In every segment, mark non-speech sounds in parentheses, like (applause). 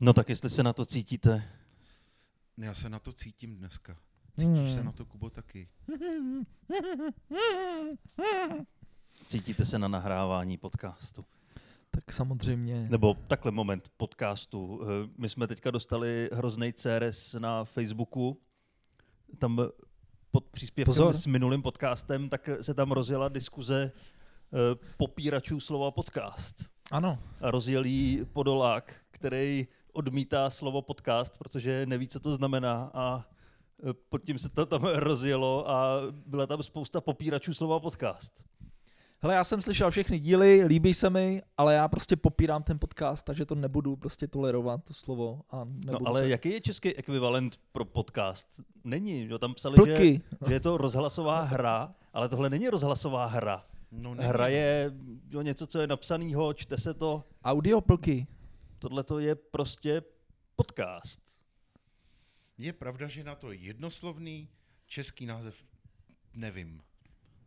No tak jestli se na to cítíte. Já se na to cítím dneska. Cítíš se na to, Kubo, taky? Cítíte se na nahrávání podcastu. Tak samozřejmě. Nebo takhle moment podcastu. Eh, My jsme teďka dostali hrozný CRS na Facebooku. Tam eh, pod příspěvkem Pozor. s minulým podcastem, tak se tam rozjela diskuze eh, popíračů slova podcast. Ano, A rozjel jí Podolák, který odmítá slovo podcast, protože neví, co to znamená a eh, pod tím se to tam (laughs) rozjelo a byla tam spousta popíračů slova podcast. Hele, já jsem slyšel všechny díly, líbí se mi, ale já prostě popírám ten podcast, takže to nebudu prostě tolerovat to slovo a nebudu No ale se... jaký je český ekvivalent pro podcast? Není, jo, tam psali, že, Plky. že je to rozhlasová hra, ale tohle není rozhlasová hra. No, není. Hra je jo, něco, co je napsanýho, čte se to. Audio plky. Tohle to je prostě podcast. Je pravda, že na to jednoslovný český název nevím.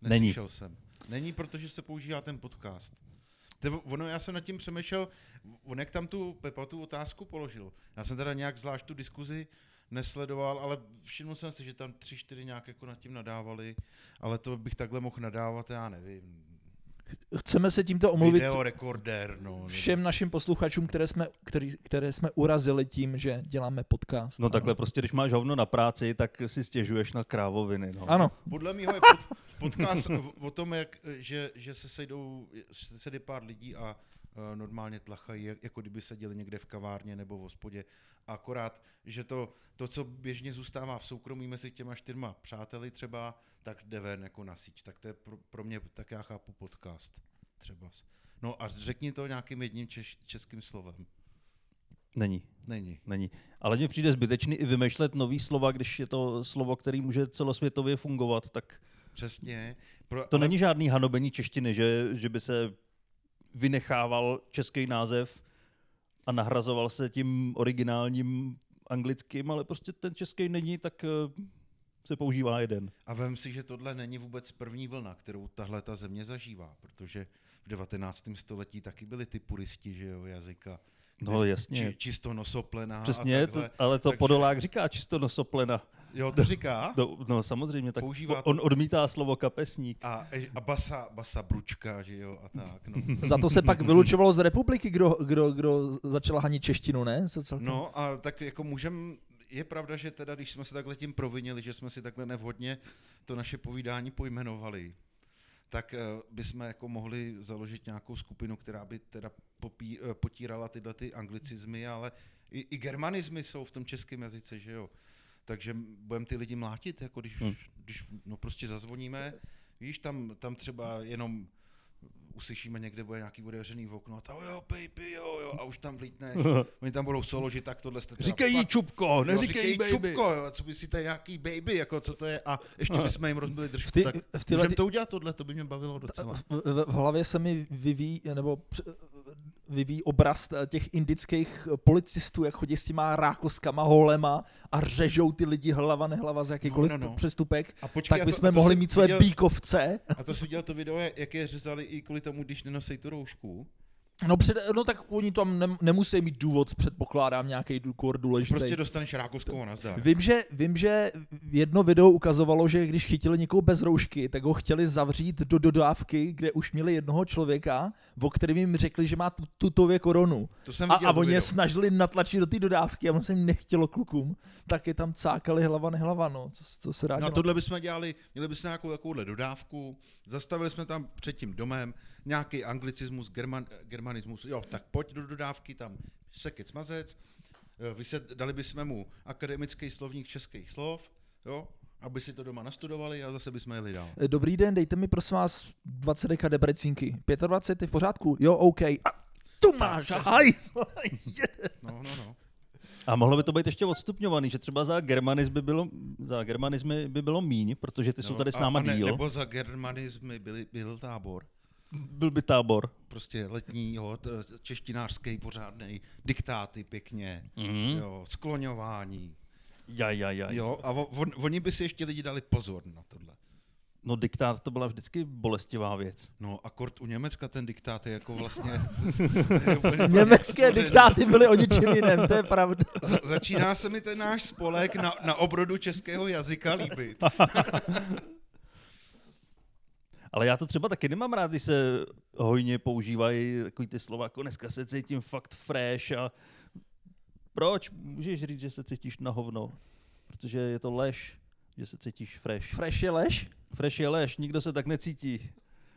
Není. Neslyšel jsem. Není, protože se používá ten podcast. Tebo, ono, já jsem nad tím přemýšlel, on jak tam tu Pepa tu otázku položil. Já jsem teda nějak zvlášť tu diskuzi nesledoval, ale všiml jsem si, že tam tři, čtyři nějak jako nad tím nadávali, ale to bych takhle mohl nadávat, já nevím. Chceme se tímto omluvit Video rekordér, no. nebo- všem našim posluchačům, které jsme, který, které jsme urazili tím, že děláme podcast. No Ano. takhle prostě, když máš hovno na práci, tak si stěžuješ na krávoviny. No. Ano, Podle mého je pod, podcast o- o tom, jak, že, že se sejdou se sejde pár lidí a eh, normálně tlachají, jak- jako kdyby seděli někde v kavárně nebo v hospodě. Akorát, že to, to, co běžně zůstává v soukromí mezi těma čtyřma přáteli třeba, tak jde ven jako na síť. Tak to je pro, pro mě, tak já chápu podcast třeba. No a řekni to nějakým jedním češ, českým slovem. Není. Není. Není. Ale mně přijde zbytečný i vymýšlet nový slova, když je to slovo, který může celosvětově fungovat, tak Přesně. Pro, to ale- není žádný hanobení češtiny, že, že by se vynechával český název a nahrazoval se tím originálním anglickým, ale prostě ten český není, tak eh, se používá jeden. A vem si, že tohle není vůbec první vlna, kterou tahle ta země zažívá, protože v 19. století taky byli ty puristi, že jo, jazyka. No Ty jasně. Či, čisto nosoplená a Přesně, to, takhle. ale to takže- takže... Podolák říká čisto nosoplena. Jo, to říká. No, no samozřejmě, tak Používá to- on odmítá slovo kapesník. A, a basa, basa bručka, že jo, a tak, no. za to se pak vylučovalo z republiky, kdo, kdo, kdo začal hanit češtinu, ne? Co celkem- No a tak jako můžem, je pravda, že teda, když jsme se takhle tím provinili, že jsme si takhle nevhodně to naše povídání pojmenovali, tak bychom jako mohli založit nějakou skupinu, která by teda popí, eh, potírala tyhle ty anglicizmy, ale i, i germanizmy jsou v tom českém jazyce, že jo. Takže budeme ty lidi mlátit, jako když, hmm. když no prostě zazvoníme, víš, tam, tam třeba jenom uslyšíme někde, bude nějaký otevřený okno a ta "O jo, baby, jo, jo, a už tam vlítne. Oni tam budou solo, že tak tohle jste teda Říkají fakt- čupko, jo, neříkají baby. čupko, jo, co myslíte, jaký baby, jako co to je, a ještě bychom jim rozbili držku, No, V ty- tak v tyhle můžeme ty- to udělat tohle, to by mě bavilo docela. V, v, v hlavě se mi vyvíjí, nebo př- vyvíjí obraz eh, těch indických eh, policistů, jak chodí s těma rákoskama, holema a řežou ty lidi hlava nehlava z jakýkoliv No, no, no, no, no. přestupek, A počkej, tak a bychom a mohli jsi mít své viděl- bíkovce. A to jsi viděl to video, jak je řezali i kvůli tomu, když nenosej tu roušku. No, před, no tak oni tam ne, nemusí mít důvod, předpokládám nějaký důkor důležitý. Prostě dostaneš rákovskou a nazdar. Vím že, vím, že jedno video ukazovalo, že když chytili někoho bez roušky, tak ho chtěli zavřít do dodávky, kde už měli jednoho člověka, o kterém jim řekli, že má tu, tutově koronu. To jsem A, viděl a to oni je video. snažili natlačit do té dodávky a on se jim nechtělo klukům, tak je tam cákali hlava nehlava, no, co, co se dá No a dělat. tohle bychom dělali, měli bychom nějakou takovouhle dodávku, zastavili jsme tam před tím domem nějaký anglicismus, german, germanismus, jo, tak pojď do dodávky, tam sekec mazec, eh, vysvět, dali bychom mu akademický slovník českých slov, jo, aby si to doma nastudovali a zase bychom jeli dál. Eh, Dobrý den, dejte mi prosím vás 20 deka debrecínky. 25 je v pořádku? Jo, OK. A tu máš, a přesně. (laughs) hajs. No, no, no. A mohlo by to být ještě odstupňovaný, že třeba za, germaniz by bylo, za germanizmy by bylo míň, protože ty (laughs) no, jsou tady s a- náma a ne, díl. Nebo za germanismy byl, byl tábor. Byl by tábor. Prostě letní, jo, t- češtinářský pořádný, diktáty pěkně, Mhm. jo, skloňování, Ja, ja, ja. Jo, a on, on, oni by si ještě lidi dali pozor na tohle. No diktát to byla vždycky bolestivá věc. No, akord u Německa ten diktát je jako vlastně... Německé diktáty byly o ničem jiném, to je pravda. Za- Začíná se mi ten náš spolek na, na obrodu českého jazyka líbit. Ale já to třeba taky nemám rád, když se hojně používají takový ty slova, jako dneska se cítím fakt fresh a proč? Můžeš říct, že se cítíš na hovno, protože je to lež, že se cítíš fresh. Fresh je lež? Fresh je lež, nikdo se tak necítí.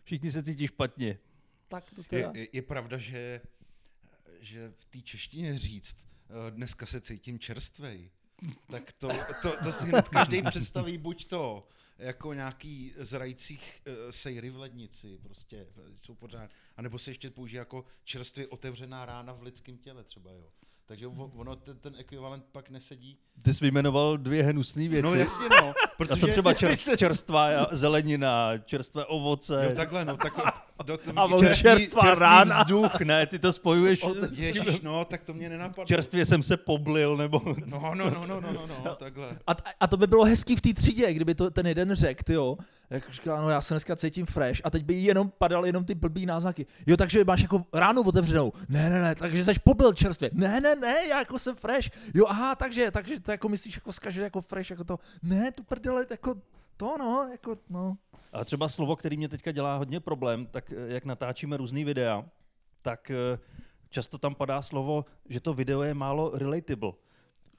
Všichni se cítí špatně. Tak to Je, teda. je, je pravda, že, že v té češtině říct, eh, dneska se cítím čerstvej, tak to, to, to si hned každý představí buď to jako nějaký zrajících eh, sejry v lednici, prostě eh, jsou pořád, anebo se ještě použije jako čerstvě otevřená rána v lidském těle třeba, jo. Takže o- ono, ten, ten ekvivalent pak nesedí. Ty jsi vyjmenoval dvě hnusné věci. No jasně, no. a Protože, co třeba Ty čer, (laughs) se- čerstvá zelenina, čerstvé ovoce, Jo, takhle, no, tak do, do, A on čerstvý- čerstvá čerstvý rána. vzduch, ne, ty to spojuješ, Ježiš, no, tak to mě nenapadlo. čerstvě jsem se poblil, nebo... No, no, no, no, no, no, no, takhle. A, t- a to by bylo hezký v té třídě, kdyby to ten jeden řekl, jo, jak říká, no já se dneska cítím fresh a teď by jenom padaly jenom ty blbý náznaky. Jo, takže máš jako ránu otevřenou. Ne, ne, ne, takže jsi poblil čerstvě. Ne, ne, ne, já jako jsem fresh. Jo, aha, takže, takže to jako myslíš jako zkaže jako fresh, jako to. Ne, tu prdele, jako to no, jako no. A třeba slovo, který mě teďka dělá hodně problém, tak eh, jak natáčíme různý videa, tak eh, často tam padá slovo, že to video je málo relatable.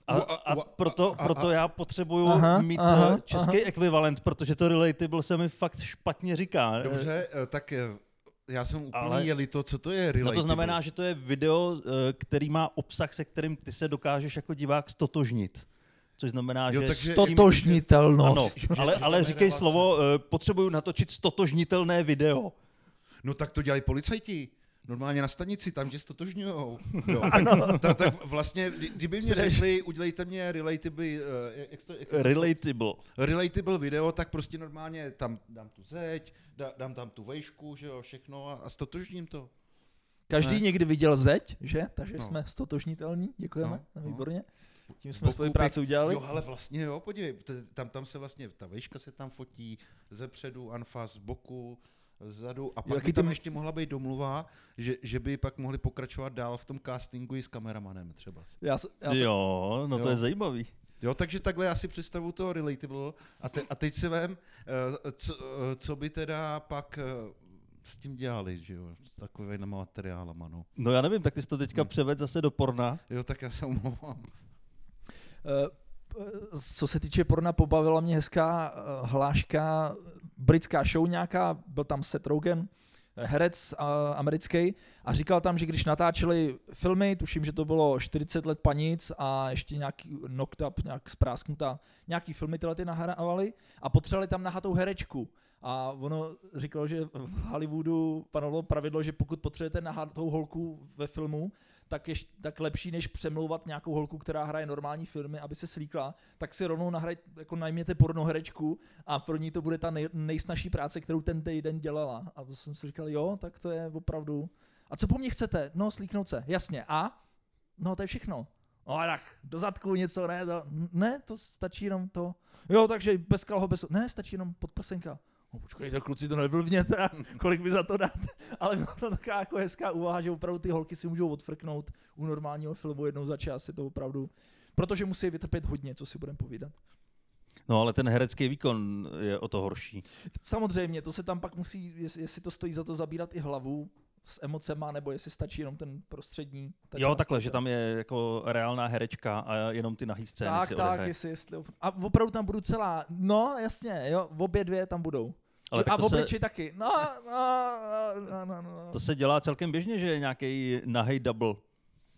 A, Ua- a ua- proto, a- a- proto já potřebuju Aha, mít aha, aha, český ekvivalent, protože to relatable se mi fakt špatně říká. Dobře, eh, tak eh, já jsem úplně Ale- ale... jeli to, co to je No relatable. to znamená, že to je video, eh, který má obsah, se kterým ty se dokážeš jako divák stotožnit. Což znamená, Jo, že... takže- s tím- Ano, Totožnitelnost. ale, že ale tam je říkej relace. slovo, eh, potřebuju natočit stotožnitelné (laughs) video. No tak to dělají policajti. Normálně na stanici, tam tě stotožňujou. Jo, (laughs) tak, tak, tak vlastně, kdy- kdyby mě řekli, udělejte mě relatable, eh, jak to, jak to Relatable. relatable video, tak prostě normálně tam dám tu zeď, dá, dám tam tu vejšku, že jo, všechno a, a stotožním to. Každý Ne. někdy viděl zeď, že? Takže No. jsme stotožnitelní, děkujeme, No, no. výborně. Tím jsme svoji Bokůpek. práci udělali. Jo, ale vlastně jo, podívej, t- tam, tam se vlastně, ta vejška se tam fotí, ze předu, anfa, z boku, zadu a pak jaký by tam ty- ještě mohla být domluva, že, že by pak mohli pokračovat dál v tom castingu i s kameramanem třeba. Já, s- já, jsem- Jo, no to Jo. je zajímavý. Jo, takže takhle já si představu to relatable a, te, a teď si vem, eh, co, eh, co by teda pak eh, s tím dělali, že jo, s takovými materiálama, no. No já nevím, tak ty jsi to Hmm. teďka převed zase do porna. Jo, tak já se omlouvám. Eh, eh, co se týče porna, pobavila mě hezká eh, hláška, britská show nějaká, byl tam Seth Rogen, eh, herec a, americký, a říkal tam, že když natáčeli filmy, tuším, že to bylo 40 let panic a ještě nějaký knocked up, nějak sprásknutá, nějaký filmy tyhle ty nahrávali a potřebovali tam nahatou herečku. A ono říkalo, že v Hollywoodu panovalo pravidlo, že pokud potřebujete nahatou holku ve filmu, tak, ješ, tak lepší, než přemlouvat nějakou holku, která hraje normální filmy, aby se slíkla, tak si rovnou nahraj, jako najměte pornoherečku a pro ní to bude ta nej, nejsnažší práce, kterou ten týden dělala. A to jsem si říkal, jo, tak to je opravdu. A co po mně chcete? No, slíknout se, jasně. A? No, to je všechno. No a tak, do zadku něco, ne, to, ne, to stačí jenom to. Jo, takže bez kalho, bez, ne, stačí jenom podprsenka. No počkejte, kluci, to neblbněte, (laughs) kolik mi za to dáte. Ale byla to taková jako hezká úvaha, že opravdu ty holky si můžou odfrknout u normálního filmu jednou za čas, je to opravdu... Protože musí vytrpět hodně, co si budeme povídat. No ale ten herecký výkon je o to horší. Samozřejmě, to se tam pak musí, jest- jestli to stojí za to zabírat i hlavu s emocema, nebo jestli stačí jenom ten prostřední. ta jo, část, takhle, ta- že tam je jako reálná herečka a jenom ty nahý scény tak, si tak, odehraje. jestli, jestli, op- a opravdu tam budu celá, no jasně, jo, obě dvě tam budou. Ale a tak v to se, obliči taky. No, no, no, no, no. to se dělá celkem běžně, že je nějaký nahý double.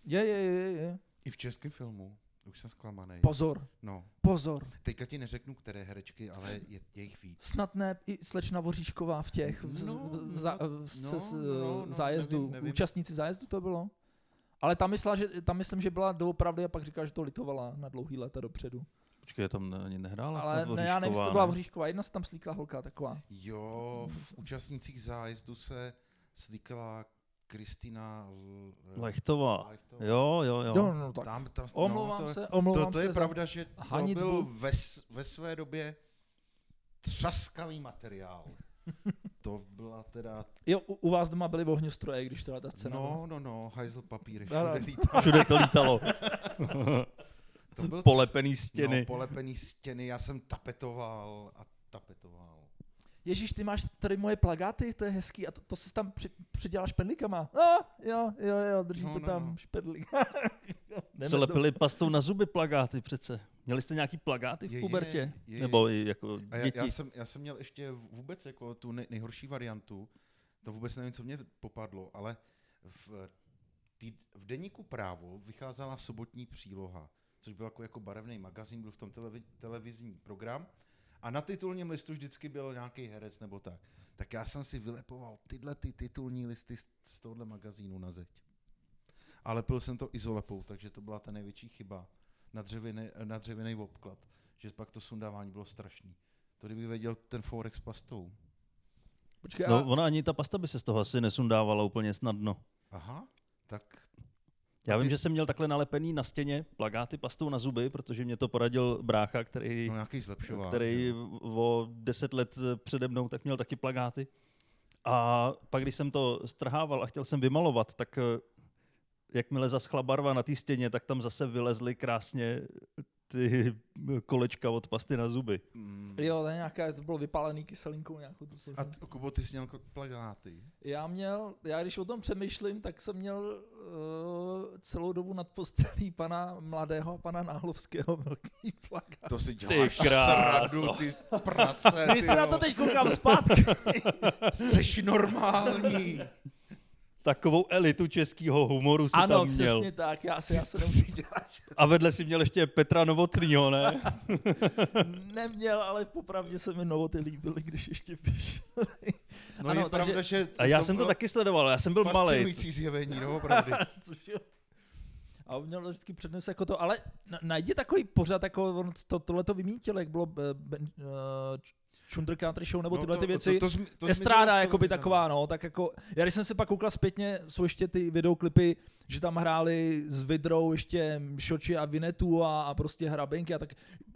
Je, je, je, je. I v českém filmu, už jsem zklamaný. Pozor, No, pozor. teďka ti neřeknu, které herečky, ale je, je jich víc. Snad ne i slečna Voříšková v těch v, No, v, no, v, za, v, se- no, s- no, no, zájezdu, nevím, nevím. účastníci zájezdu to bylo. Ale tam, myslela, že, tam myslím, že byla doopravdy a pak říkala, že to litovala na dlouhý léta dopředu. Počkej, tam ani nehrála Ale snad ne, já nevím, jestli to Voříšková, byla ne? Voříšková, jedna se tam slíkla holka taková. Jo, v účastnících zájezdu se slíkala Kristina L- Lechtová. Lechtová. Jo, jo, jo. Jo, no, tak. Tam, tam, omlouvám no, to, je- se, To, omlouvám to je se. pravda, že to hanitbu. byl ve, s- ve své době Třaskavý materiál. (laughs) To byla teda... Jo, u, u vás doma byly ohňostroje, když to byla ta scéna. No, no, no, hajzl papíry. No, no. všude lítá. Všude to (laughs) lítalo. To byl (laughs) Polepený No, stěny. polepený stěny, já jsem tapetoval a tapetoval. Ježíš, ty máš tady moje plagáty, to je hezký, a to, to se tam při, přidělá špendlíkama. No, jo, jo, jo, drží No, to no, tam no. špendlík. (laughs) Se lepili pastou na zuby plagáty přece. Měli jste nějaký plagáty Je, v je, pubertě? je, je. Nebo i jako A já, děti? já, jsem, já jsem měl ještě vůbec jako tu nej, nejhorší variantu, to vůbec nevím, co mě popadlo, ale v, tý, v deníku právo vycházela sobotní příloha, což byl jako, jako barevný magazín, byl v tom televi, televizní program a na titulním listu vždycky byl nějaký herec nebo tak. Tak já jsem si vylepoval tyhle ty titulní listy z, z tohohle magazínu na zeď. A lepil jsem to izolepou, takže to byla ta největší chyba na dřevěný, na dřevěný obklad, že pak to sundávání bylo strašný. To kdyby věděl ten Forex pastou. Počkej, No, no, ona ani ta pasta by se z toho asi nesundávala úplně snadno. Aha, tak Já A vím, ty- že jsem měl takhle nalepený na stěně plagáty pastou na zuby, protože mě to poradil brácha, který, no nějaký zlepšování. který o deset let přede mnou tak měl taky plagáty. A pak, když jsem to strhával a chtěl jsem vymalovat, tak eh, jakmile zaschla barva na té stěně, tak tam zase vylezly krásně ty kolečka od pasty na zuby. Mm. jo, to, je nějaká, to bylo vypálený kyselinkou nějakou tu složku. A t- Kubo, ty jsi měl k- plagáty. Já měl, já když o tom přemýšlím, tak jsem měl uh, celou dobu nad postelí pana Mladého a pana Náhlovského velký plakát. To si děláš děláš kráso. srandu, srandu, ty prase, Když se na to teď koukám (laughs) zpátky. Seš normální. Takovou elitu českého humoru si ano, tam měl. přesně tak, já si, Ty já se to jenom si děláš. A vedle si měl ještě Petra Novotnýho, ne? neměl, ale popravdě se mi novoty líbily, když ještě píš. No Ano, je pravda, takže- že A já jsem to bylo taky sledoval, já jsem byl malý. Fascinující zjevení, no opravdu. (laughs) Což jo. A on měl vždycky přednes jako to, ale na- najdi takový pořad, jako on to, tohle to vymítil, jak bylo uh, ben, uh, Chunder Country Show (laughs) nebo no, no, tyhle to- ty věci. To, to, zmi- to, zmizelo z Estráda, jako by televize, no. taková, no, tak jako, já když jsem se pak koukal zpětně, jsou ještě ty videoklipy, že tam hráli s Vidrou ještě Šoči a Vinetu a, a prostě hrabenky a tak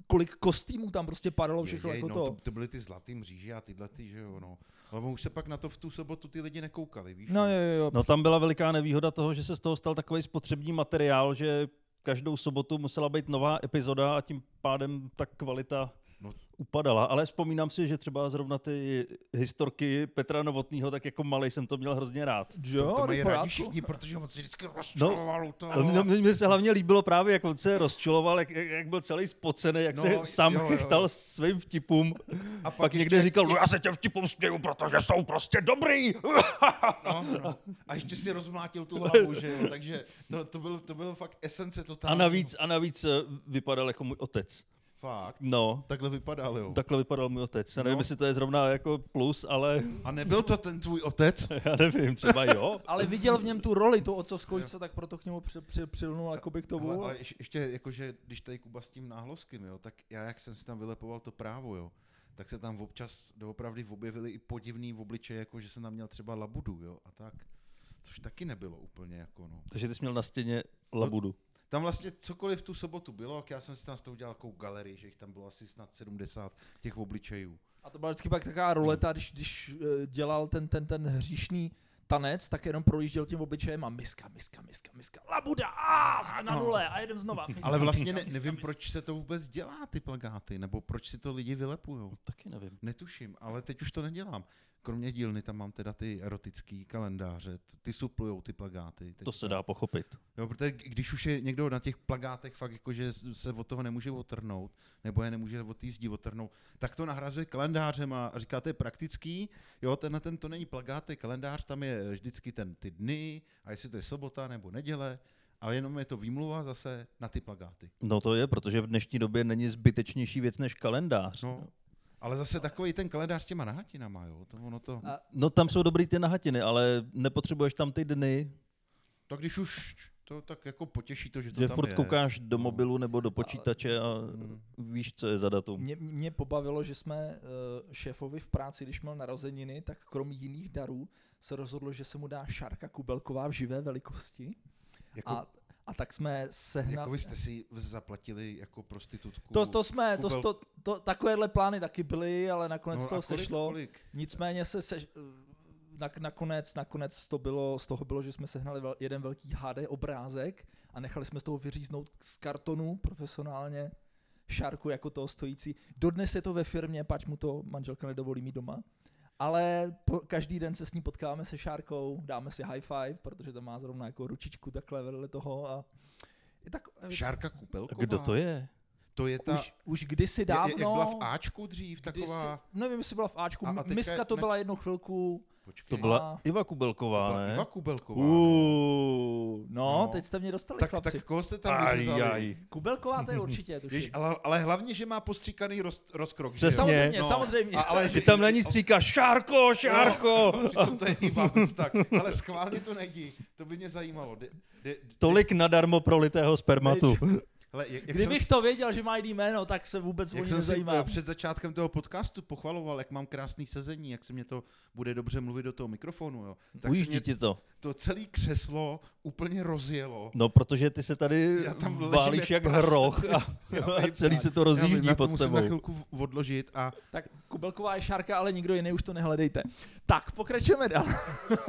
kolik kostýmů tam prostě padalo všechno Jej, jako no, to. to. To byly ty zlatý mříže a tyhle ty, že jo, no. Ale už se pak na to v tu sobotu ty lidi nekoukali, víš? No jo, jo, jo. No tam byla veliká nevýhoda toho, že se z toho stal takový spotřební materiál, že každou sobotu musela být nová epizoda a tím pádem ta kvalita No. upadala. Ale vzpomínám si, že třeba zrovna ty historky Petra Novotného, tak jako malý jsem to měl hrozně rád. jo, to, to jde mají v pořádku. (laughs) rádi všichni, protože on se vždycky No, rozčuloval u toho. A mně- mně mně se hlavně líbilo právě, jak on se rozčiloval, jak, jak jak byl celý spocený, jak no, se No, sám jo, jo, jo. chechtal svým vtipům. A Pak, pak někde ještě- říkal, no já se těm vtipům směju, protože jsou prostě dobrý. No, no. (laughs) A ještě si rozmlátil tu hlavu, že jo, takže to, to, byl, to byl fakt esence A totální. navíc, a navíc eh, vypadal jako můj otec. Fakt. No, Takhle vypadal, jo. takhle vypadal můj otec. Já nevím, No. jestli to je zrovna jako plus, ale (laughs) A nebyl to ten tvůj otec? já nevím, třeba jo. Ale viděl v něm tu roli, tu otcovskou, co tak proto k němu při, při, přilnul jakoby k tomu. Ale, ale ješ- ještě jakože, když tady Kuba s tím náhlovským, jo, tak já jak jsem si tam vylepoval to právo, jo, tak se tam občas doopravdy objevily i podivný obličeje, jako že jsem tam měl třeba labudu, jo, a tak. Což taky nebylo úplně jako, no. Takže ty jsi měl na stěně labudu. Tam vlastně cokoliv tu sobotu bylo, jak já jsem si tam z toho udělal takovou galerii, že jich tam bylo asi snad 70 těch obličejů. A to byla vždycky pak taková ruleta, když, když eh, dělal ten, ten, ten hříšný tanec, tak jenom projížděl tím obličejem a miska, miska, miska, miska, labuda, a jsme na nule a jedem (laughs) znova. Miska, Ale vlastně miska, ne, miska, nevím, miska. proč se to vůbec dělá, ty plagáty, nebo proč si to lidi vylepujou. No, Taky nevím. Netuším, ale teď už to nedělám. Kromě dílny tam mám teda ty erotický kalendáře, t- ty suplujou ty plagáty. Teď To se dá pochopit. Jo, No, protože k- když už je někdo na těch plagátech fakt jako, že s- se od toho nemůže otrhnout, nebo je nemůže od té zdi otrhnout, tak to nahrazuje kalendářem a říká, to je praktický, jo, tenhle ten to není plagát, to je kalendář, tam je vždycky ten ty dny, a jestli to je sobota nebo neděle, ale jenom je to výmluva zase na ty plagáty. No to je, protože v dnešní době není zbytečnější věc než kalendář. No, ale zase takový ten kalendář s těma nahatinama, jo, to ono to... A- No tam jsou dobrý ty nahatiny, ale nepotřebuješ tam ty dny, Tak když už to tak jako potěší to, že to že tam furt je. koukáš do No. mobilu nebo do počítače a víš, co je za datum. Mě, mě pobavilo, že jsme eh, šéfovi v práci, když měl narozeniny, tak krom jiných darů se rozhodlo, že se mu dá šarka kubelková v živé velikosti. Jako, A, a A tak jsme sehnali... Jako vy jste si vz- zaplatili jako prostitutku. To, to jsme, Kubel- to, to, to, takovéhle plány taky byly, ale nakonec No no, a to kolik, kolik- sešlo. kolik? Nicméně se, se na, nakonec, nakonec to bylo, z toho bylo, že jsme sehnali vel, jeden velký HD obrázek a nechali jsme z toho vyříznout z kartonu profesionálně šárku jako toho stojící. Dodnes je to ve firmě, pač mu to manželka nedovolí mít doma. Ale po, každý den se s ní potkáme se šárkou, dáme si high five, protože tam má zrovna jako ručičku takhle vedle toho a je tak, eh, Šárka Kupelková. Kdo to je? To je ta... už, už kdysi jak- dávno... jak byla v Ačku dřív taková... Kdysi, nevím, jestli byla v Ačku, A- a a, teďka miska je- to ne- byla jednu chvilku. Počkej, To byla A- Iva to Kubelková, byla ne? Iva Kubelková. Uh, no, No. no, teď jste mě dostali, tak, tak, chlapci. tak Tak... koho jste tam Aj, vyřezali? aj. Kubelková to je (laughs) určitě, Jež, tuším. ale, ale hlavně, že má postříkaný roz, rozkrok. že jo? Přesně. Samozřejmě, No. samozřejmě. A, ale Ty že tam na (laughs) ní stříkáš, Šárko, Šárko! No, přitom to je i vás, tak. Ale schválně to nejdi. To by mě zajímalo. De, de, de, Tolik nadarmo prolitého spermatu. Hele, jak, jak Kdybych jsem, to věděl, že má jiný jméno, tak se vůbec o jak ní jsem si eh, nezajímá. před začátkem toho podcastu pochvaloval, jak mám krásný sezení, jak se mě to bude dobře mluvit do toho mikrofonu, jo. Tak se mě Ujíždí ti to. to celé křeslo úplně rozjelo. No, protože ty se tady Já tam ležím válíš jak jak prase. hroch a, (laughs) (laughs) a celý se to Já vím, rozjíždí já to pod musím na tebou. chvilku odložit a Tak Kubelková je šárka, ale nikdo jiný už to nehledejte. Tak, pokračujeme (laughs) dál. tak,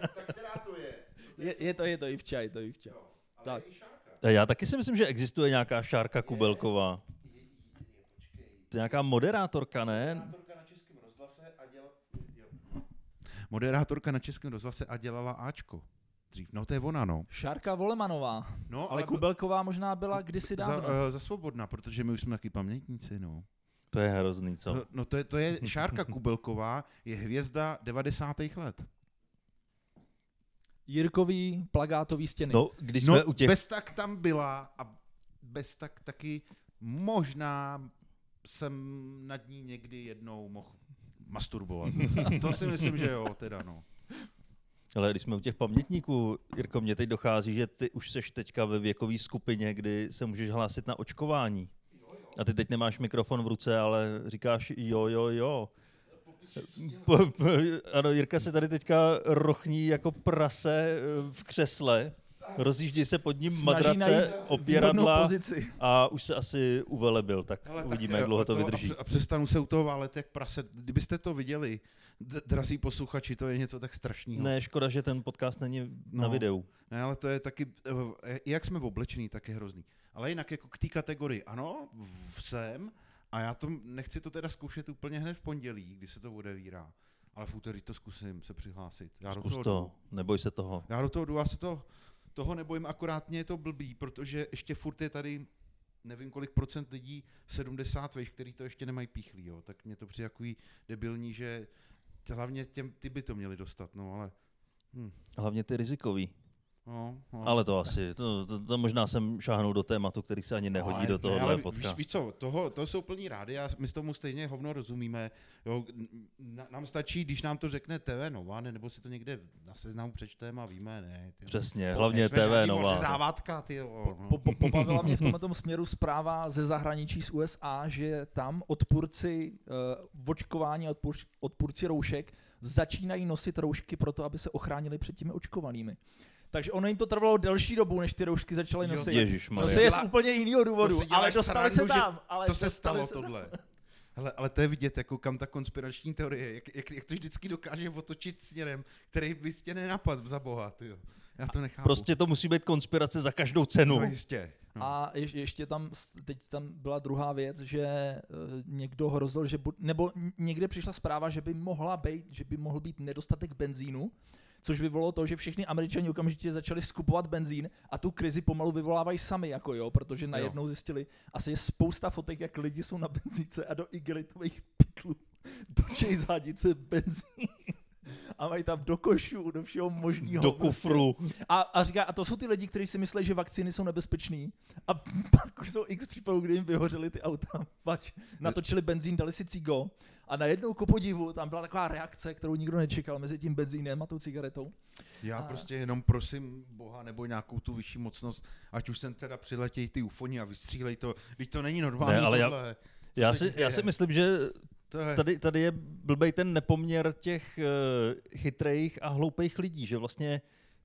tak která to je? No. Je, je to, je to Ivča, je to Ivča. Tak. A já taky si myslím, že existuje nějaká Šárka Kubelková. To je nějaká moderátorka, ne? Moderátorka na Českém rozhlase a dělala... na Českém rozhlase a dělala Ačko. Dřív. No to je ona, no. Šárka Volemanová. no Ale Kubelková možná byla kdysi za, dávno. eh, za svobodná, protože my už jsme taky pamětníci, no. To je hrozný, co? No, no to, je, to je (laughs) Šárka Kubelková, je hvězda 90. let. Jirkový plagátový stěny. No, když No, jsme u těch... bez tak tam byla a bez tak taky možná jsem nad ní někdy jednou mohl (laughs) masturbovat. to si myslím, že jo, teda no. Ale když jsme u těch pamětníků, Jirko, mně teď dochází, že ty už seš teďka ve věkové skupině, kdy se můžeš hlásit na očkování. A ty teď nemáš mikrofon v ruce, ale říkáš jo, jo, jo. Po, po, ano, Jirka se tady teďka rochní jako prase eh, v křesle. Rozjíždí se pod ním madrace, výhodnou opěradla pozici. a už se asi uvelebil, tak Hele, uvidíme, tak, jak dlouho eh, to a vydrží. pře- A přestanu se u toho válet jak praset. Kdybyste to viděli, d- drazí posluchači, to je něco tak strašného. Ne, škoda, že ten podcast není na No. videu. ne, ale to je taky, eh, jak jsme oblečený, tak je hrozný. Ale jinak jako k té kategorii, ano, v- jsem, a já to nechci to teda zkoušet úplně hned v pondělí, kdy se to odevírá. Ale v úterý to zkusím se přihlásit. Já do Zkus toho jdu. to, neboj se toho. Já do toho jdu, já se to, toho nebojím, akorát mě je to blbý, protože ještě furt je tady nevím kolik procent lidí, 70 vejš, který to ještě nemají píchlý, jo. tak mě to přijde takový debilní, že t- hlavně těm, ty by to měli dostat, no ale Hlavně ty rizikový. no, no. Ale to asi, to, to, to možná jsem šáhnul do tématu, který se ani nehodí No, Ale do ne, tohohle ale ne, podcastu. Víš, víš co, toho, toho jsou plní rády, já, my s tomu stejně hovno rozumíme. Jo, na, nám stačí, když nám to řekne TV Nova, ne, nebo si to někde na seznamu přečteme a víme, No, ne. Ty, Přesně, hlavně nejsme TV žádný nová. ořezávátka, ty, jo, no. Po, po, pobavila mě v tomto směru zpráva ze zahraničí z USA, že tam odpůrci uh, očkování a odpůr, odpůrci roušek začínají nosit roušky proto, aby se ochránili před těmi očkovanými. Takže ono jim to trvalo delší dobu, než ty roušky začaly Jo, nosit. Ježíš to To Maria. si se je dělá- z úplně jiného důvodu, to si děláš ale dostali srandu, se že tam. Ale to se dostali stalo se tam. tohle. Hele, ale to je vidět, jako kam ta konspirační teorie, jak, jak, jak to vždycky dokáže otočit směrem, který bys tě nenapadl za boha, tyjo. Já to nechápu. Prostě to musí být konspirace za každou cenu. No jistě. Hmm. No. A ješ, ještě tam, s- teď tam byla druhá věc, že eh, někdo hrozil, že bu, nebo n- někde přišla zpráva, že by mohla být, že by mohl být nedostatek benzínu, což vyvolalo to, že všichni američani okamžitě začali skupovat benzín a tu krizi pomalu vyvolávají sami, jako jo, protože najednou zjistili, asi je spousta fotek, jak lidi jsou na benzíce a do igelitových pytlů točej z hadice benzín. (laughs) A mají tam do košů, do všeho no, možného. Do prostě- kufru. A, a říká, a to jsou ty lidi, kteří si myslí, že vakcíny jsou nebezpečný. A pak už jsou x případů, kdy jim vyhořely ty auta. Pač natočili benzín, dali si cigo. A najednou ku podivu tam byla taková reakce, kterou nikdo nečekal mezi tím benzínem a tou cigaretou. Já A- a... prostě jenom prosím Boha nebo nějakou tu vyšší mocnost, ať už sem teda přiletějí ty ufoni a vystřílej to, když to není normální Ne, ale já- tohle. Co Já se si, já děje? si myslím, že to je... tady, tady je eh, blbej ten nepoměr těch uh, chytrejch a hloupejch lidí, že vlastně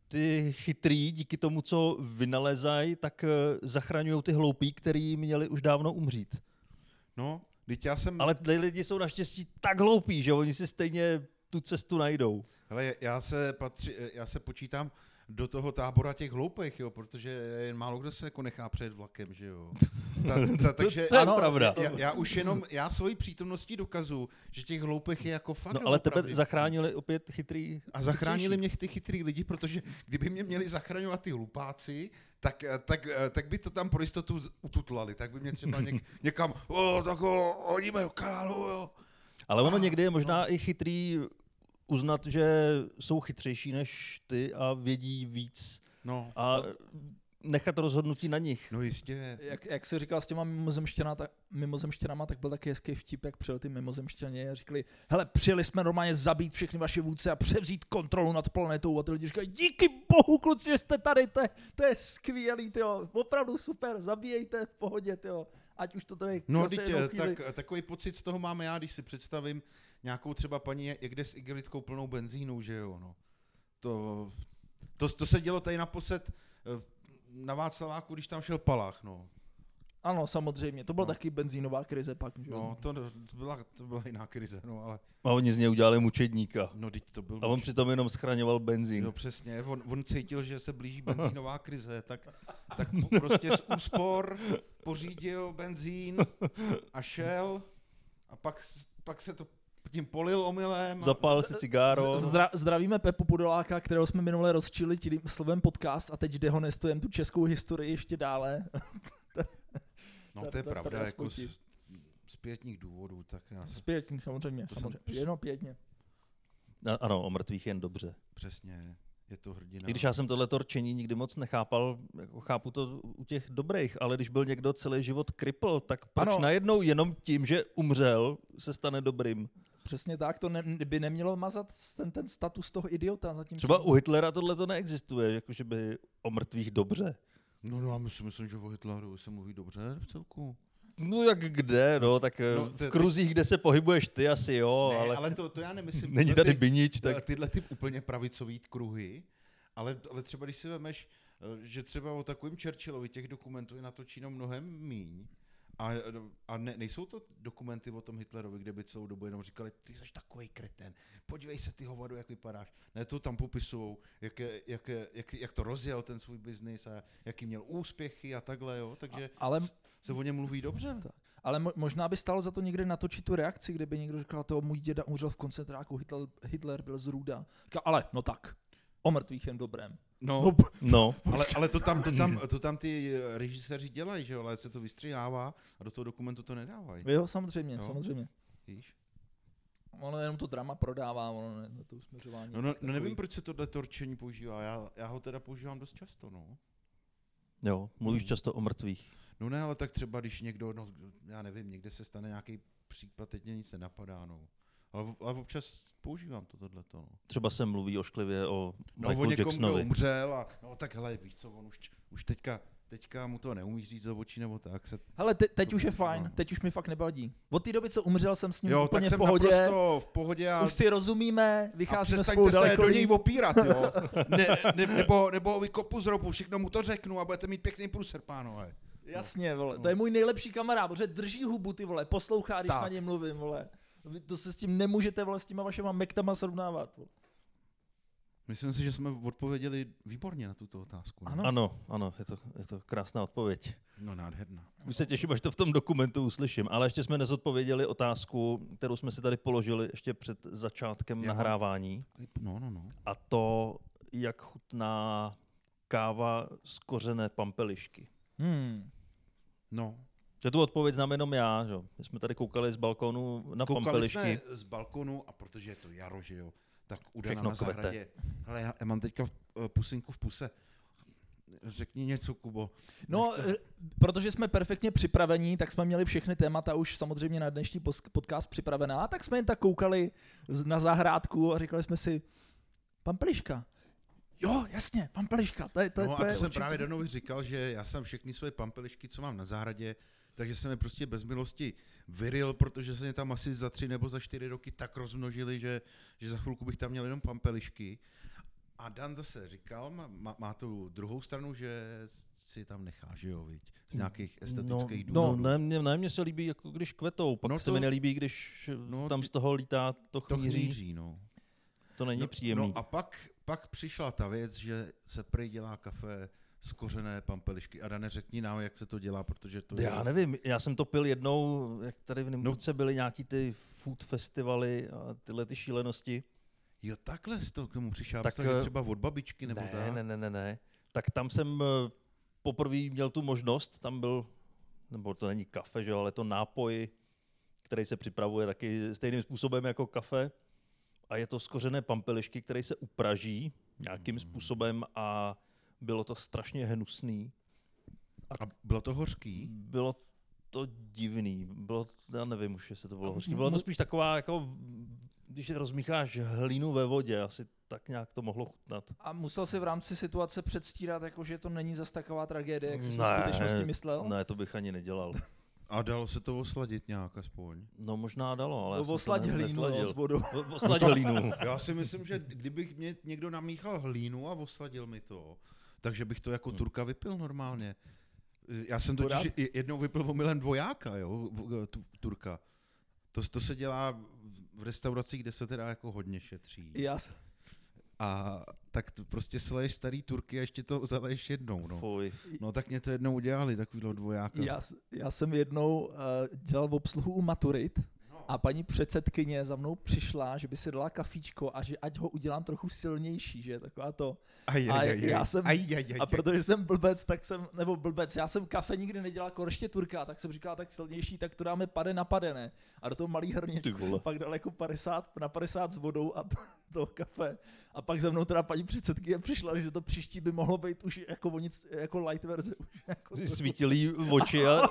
ty chytrý díky tomu, co vynalezají, tak eh, zachraňují ty hloupí, který měli už dávno umřít. No, teď já jsem... Ale ty lidi jsou naštěstí tak hloupí, že oni si stejně tu cestu najdou. Hele, já se, patři, já se počítám do toho tábora těch hloupých, jo, protože jen málo kdo se jako nechá před vlakem, že jo. (laughs) Ta, ta, takže, to je pravda. Já, já, už jenom, já svojí přítomností dokazu, že těch hloupých je jako fakt No ale tebe doopravdy. zachránili opět chytrý. A zachránili mě ty chytrý lidi, protože kdyby mě měli zachraňovat ty hlupáci, tak, eh, tak, tak by to tam pro jistotu z- ututlali. Tak by mě (laughs) třeba něk, někam, o, tak o, hodíme do kanálu, jo. Ale ono někdy je možná No. i chytrý uznat, že jsou chytřejší než ty a vědí víc No, a nechat rozhodnutí na nich. no jistě. Jak, jak jsi říkal s těma mimozemštěna, tak, mimozemštěnama, tak byl taky hezký vtip, jak přijeli ty mimozemštěně a říkali, hele, přijeli jsme normálně zabít všechny vaše vůdce a převzít kontrolu nad planetou a ty lidi říkají, díky bohu, kluci, že jste tady, to je, to je skvělý, tyjo, opravdu super, zabíjejte v pohodě, tyjo, ať už to tady No, zase teď, jednou chvíli- tak, takový pocit z toho máme já, když si představím nějakou třeba paní, jak jde s igelitkou plnou benzínou, že jo, no. To, to, to se dělo tady naposled eh, na Václaváku, když tam šel Palach, no. Ano, samozřejmě, to byla No. taky benzínová krize pak, že jo. No, to, to, byla, to byla jiná krize, no, ale A oni z něj udělali mučedníka. no, teď to byl... A on přitom jenom schraňoval benzín. No přesně, on, on cítil, že se blíží benzínová krize, tak, tak po- prostě z úspor pořídil benzín a šel a pak, s- pak se to tím polil omylem. a- Zapál si cigáro. Z- Zdra, zdravíme Pepu Podoláka, kterého jsme minule rozčili tím slovem podcast a teď dehonestujeme tu českou historii ještě dále. No Ta- to je ta- ta pravda, nás jako z, nutí. z pětních důvodů, tak já se Zpětně, samozřejmě, To samozřejmě. jsem- Jenom pětně. A- Ano, o mrtvých jen dobře. přesně, je to hrdina. I když já jsem tohle torčení nikdy moc nechápal, jako chápu to u těch dobrých, ale když byl někdo celý život kripl, tak proč Ano. ano. najednou jenom tím, že umřel, se stane dobrým? Přesně tak, to ne, by nemělo mazat ten, ten status toho idiota zatím. Třeba u Hitlera tohle to neexistuje, jako že by o mrtvých dobře. No, no, já si myslím, že o Hitleru se mluví dobře v celku. No jak kde, no, tak No, no, to- v kruzích, kde se pohybuješ ty, asi jo, Ne, ale, ale, ale to, to já nemyslím. není tyhle tady ty- binič, tak (laughs) tak... tyhle ty úplně pravicový kruhy, ale, ale třeba když si vemeš, eh, že třeba o takovým Churchillovi těch dokumentů je natočeno mnohem míň, a, a ne, nejsou to dokumenty o tom Hitlerovi, kde by celou dobu jenom říkali, ty jsi takový kreten, podívej se ty hovadu, jak vypadáš. Ne, to tam popisujou, jak, je- jak, je- jak, jak to rozjel ten svůj biznis a jaký měl úspěchy a takhle, jo, takže a, ale- se o něm mluví dobře. Tak. Ale mo- možná by stalo za to někde natočit tu reakci, kdyby někdo říkal, to můj děda umřel v koncentráku, Hitler, Hitler byl zrůda. Říká, ale no tak, o mrtvých jen dobrém. No, No, p- no. Ale, ale to, tam, to, (laughs) tam, to tam ty eh, režiséři dělají, že jo, ale se to vystřihává a do toho dokumentu to nedávají. jo, samozřejmě, Jo. samozřejmě. Víš? Ono jenom to drama prodává, ono ne, to usměřování. No, no, no nevím, Takový- proč se tohle torčení používá, já, já ho teda používám dost často, no. Jo, mluvíš často o mrtvých. No ne, ale tak třeba, když někdo, no, já nevím, někde se stane nějaký případ, teď mě nic nenapadá, no. Ale, ale občas používám to tohleto, no. Třeba se mluví ošklivě o No, Michael o někom, kdo Jacksonovi. umřel a, no tak hele, víš co, on už, už teďka, teďka mu to neumí říct do očí nebo tak. Se, Hele, te, teď To už je tak, fajn, no. teď už mi fakt nevadí. Od té doby, co umřel, jsem s ním jo, tak úplně jsem v pohodě. naprosto v pohodě a Už si rozumíme, A vycházíme spolu přestaňte se daleko do něj líp. opírat, jo. (laughs) Ne, ne, nebo, nebo ho vykopu z robu, všechno mu to řeknu a budete mít pěkný průser, pánové. Jasně, vole, to je můj nejlepší kamarád, protože drží hubu, ty vole, poslouchá, když No. Tak. na něj mluvím, vole. Vy to se s tím nemůžete, vole, s těma vašima mektama srovnávat. Vole. Myslím si, že jsme odpověděli výborně na tuto otázku. Ano. Ano, ano, je to, je to krásná odpověď. No nádherná. Už se těším, až to v tom dokumentu uslyším, ale ještě jsme nezodpověděli otázku, kterou jsme si tady položili ještě před začátkem Já mám- nahrávání, No, no, no. a to, jak chutná káva z kořené pampelišky. Hmm. No, Že tu odpověď znám jenom já, že? jo. My jsme tady koukali z balkonu na koukali pampelišky. jsme z balkonu a protože je to jaro, že jo, tak u Dana Všechno na kvete. zahradě. Hele, já mám teďka eh, pusinku v puse. Řekni něco, Kubo. No, eh, protože jsme perfektně připravení, tak jsme měli všechny témata už samozřejmě na dnešní pos- podcast připravená, tak jsme jen tak koukali z- na zahrádku a říkali jsme si, pampeliška. Jo, jasně, pampeliška. To je, to, je- no to a je to jsem určitě- právě Danovi říkal, že já jsem všechny své pampelišky, co mám na zahradě, takže jsem je prostě bez milosti vyril, protože se mě tam asi za tři nebo za čtyři roky tak rozmnožili, že, že za chvilku bych tam měl jenom pampelišky. A Dan zase říkal, má- má, má tu druhou stranu, že si tam nechá, že jo, viď? Z nějakých estetických no, důvodů. No, ne, mně, ne, mně se líbí, jako když kvetou, pak No no se to- mi nelíbí, když no, no, tam z toho lítá to to chmíří, to, chýří, no. není no, příjemný. No a pak, pak přišla ta věc, že se prej dělá kafe z kořené pampelišky. A Dane, řekni nám, jak se to dělá, protože to já je... nevím, já jsem to pil jednou, jak tady v Nymburce no. byly nějaký ty food festivaly a tyhle ty šílenosti. Jo, takhle jsi to k tomu přišel. Tak, Tak, že eh, třeba od babičky nebo ne, tak. ne, ne, ne, ne. Tak tam jsem eh, poprvé měl tu možnost, tam byl, nebo to není kafe, že, jo, ale to nápoj, který se připravuje taky stejným způsobem jako kafe. A je to z kořené pampelišky, který se upraží nějakým způsobem a bylo to strašně hnusný. A bylo to hořký? Bylo to divný, bylo, já nevím už, jestli to bylo hořký. Bylo to spíš taková, jako, když rozmícháš hlínu ve vodě, asi tak nějak to mohlo chutnat. A musel si v rámci situace předstírat, jako že to není zas taková tragédie, jak jsi Ne, v skutečnosti myslel? Ne, to bych ani nedělal. A dalo se to osladit nějak aspoň? No možná dalo, ale... já jsem to No, oslať ne- hlínu nesladil. jo, s vodou. O- no. Osladil hlínu. Já si myslím, že kdybych mě někdo namíchal hlínu a osladil mi to, takže bych to Hmm. jako Turka vypil normálně. Já jsem Akorát- totiž i- jednou vypil omylem dvojáka, jo, v- tu, Turka. To, to se dělá v restauracích, kde se teda jako hodně šetří. (laughs) Já, s- A tak t- prostě sleješ starý Turky a ještě to zaleješ jednou, no. Fuj. No tak mě to jednou udělali, takovýhle dvojáka. já, s- já jsem jednou uh, dělal v obsluhu u maturit a paní předsedkyně za mnou přišla, že by si dala kafíčko a že ať ho udělám trochu silnější, že taková to. Aj, A aj, aj, já aj. jsem- Aj, aj, aj, A aj. protože jsem blbec, tak jsem, nebo blbec, já jsem kafe nikdy nedělal korště turka, tak jsem říkal tak silnější, tak to dáme pade na pade, ne? A do toho malý Ty hrníčku vole. jsem pak dal jako 50 na 50 s vodou a (laughs) to, to kafe. A pak za mnou teda paní předsedkyně přišla, že to příští by mohlo být už jako, o nic, jako light verze. Už (laughs) jako Svítilí Prostě oči (laughs) a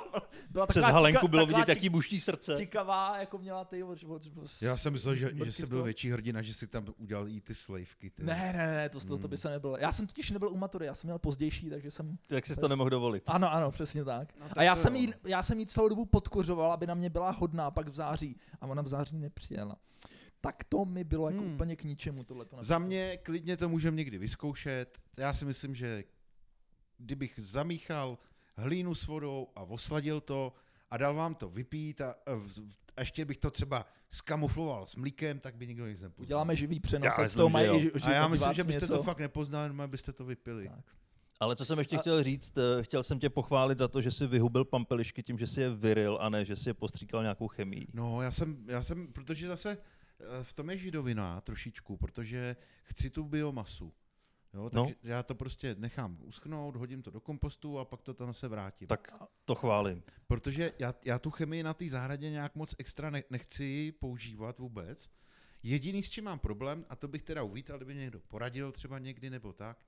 Byla přes taková halenku tika- bylo taková vidět, jaký tik- buští srdce. Tikavá, jako měla ty... Od, od, od, Já jsem myslel, že, že Mrky jsi v byl tom. větší hrdina, že si tam udělal i ty slejvky. Ty. ne, ne, ne, to, to, Hmm. to by se nebylo. Já jsem totiž nebyl u matury, já jsem měl pozdější, takže jsem Tak si to nemohl dovolit. Ano, ano, přesně tak. No, No, tak tak a já to jsem, jo. jí, já jsem jí celou dobu podkořoval, aby na mě byla hodná pak v září. A ona v září nepřijela. Tak to mi bylo jako Hmm. hmm. úplně k ničemu tohle. Za mě klidně to můžeme někdy vyzkoušet. Já si myslím, že kdybych zamíchal hlínu s vodou a osladil to a dal vám to vypít a, a v- a ještě bych to třeba skamufloval s mlíkem, tak by nikdo nic nepoznal. Uděláme živý přenos, Já ať z myslím, toho že mají jo. i ži- a já životní myslím, diváci že byste něco. to fakt nepoznali, jenom abyste to vypili. Tak. Ale co jsem ještě A- chtěl říct, eh, chtěl jsem tě pochválit za to, že si vyhubil pampelišky tím, že si je vyril a ne, že si je postříkal nějakou chemii. No, já jsem, já jsem, protože zase eh, v tom je židovina trošičku, protože chci tu biomasu. Jo, No. takže já to prostě nechám uschnout, hodím to do kompostu a pak to tam se vrátím. Tak to chválím. Protože já, já tu chemii na té zahradě nějak moc extra ne, nechci používat vůbec. Jediný, s čím mám problém, a to bych teda uvítal, kdyby mě někdo poradil třeba někdy nebo tak,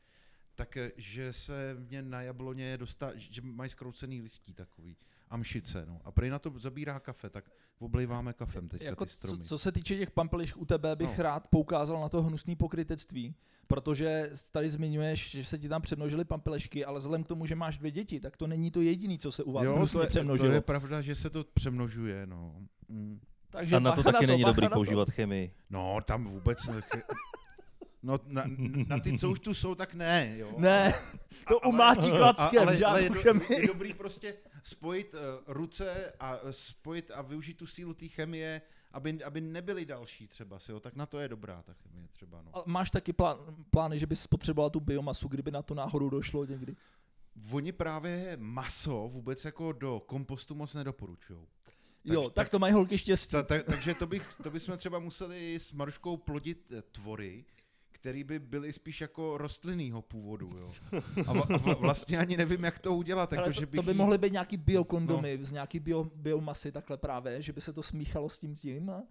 tak eh, že se mě na jabloně dostá, že mají zkroucený listí takový a mšice, no. A prej na to zabírá kafe, tak oblejváme kafem teďka Jako, ty co, stromy. co se týče těch pampelišk u tebe, bych No. no. rád poukázal na to hnusné pokrytectví, protože tady zmiňuješ, že se ti tam přemnožily pampelišky, ale vzhledem k tomu, že máš dvě děti, tak to není to jediné, co se u vás jo, hnusně to je, to přemnožilo. je pravda, že se to přemnožuje, no. Mm. Takže A na to bacha taky není bacha dobrý na to. používat chemii. No, tam vůbec... (laughs) nech- No, na, na ty, co už tu jsou, tak ne, jo. Ne, to Ale- umátí klackem, ale, ale je, žádnou do, chemii. je dobrý prostě spojit uh, ruce a eh, spojit a využít tu sílu té chemie, aby, aby nebyly další třeba, si, jo? tak na to je dobrá ta chemie třeba. No. A máš taky plán, plány, že bys spotřeboval tu biomasu, kdyby na to náhodou došlo někdy? Oni právě maso vůbec jako do kompostu moc nedoporučují. Tak, jo, tak- tak, tak to mají holky štěstí. Ta, ta, takže to, bych, to bychom třeba museli s Maruškou plodit eh, tvory, který by byly spíš jako rostlinného původu. Jo? A, va- a va- vlastně ani nevím, jak to udělat. Ale Jako, to, že bych to by jí- mohly být nějaký biokondomy no. z nějaký bio, biomasy takhle právě, že by se to smíchalo s tím tím. A...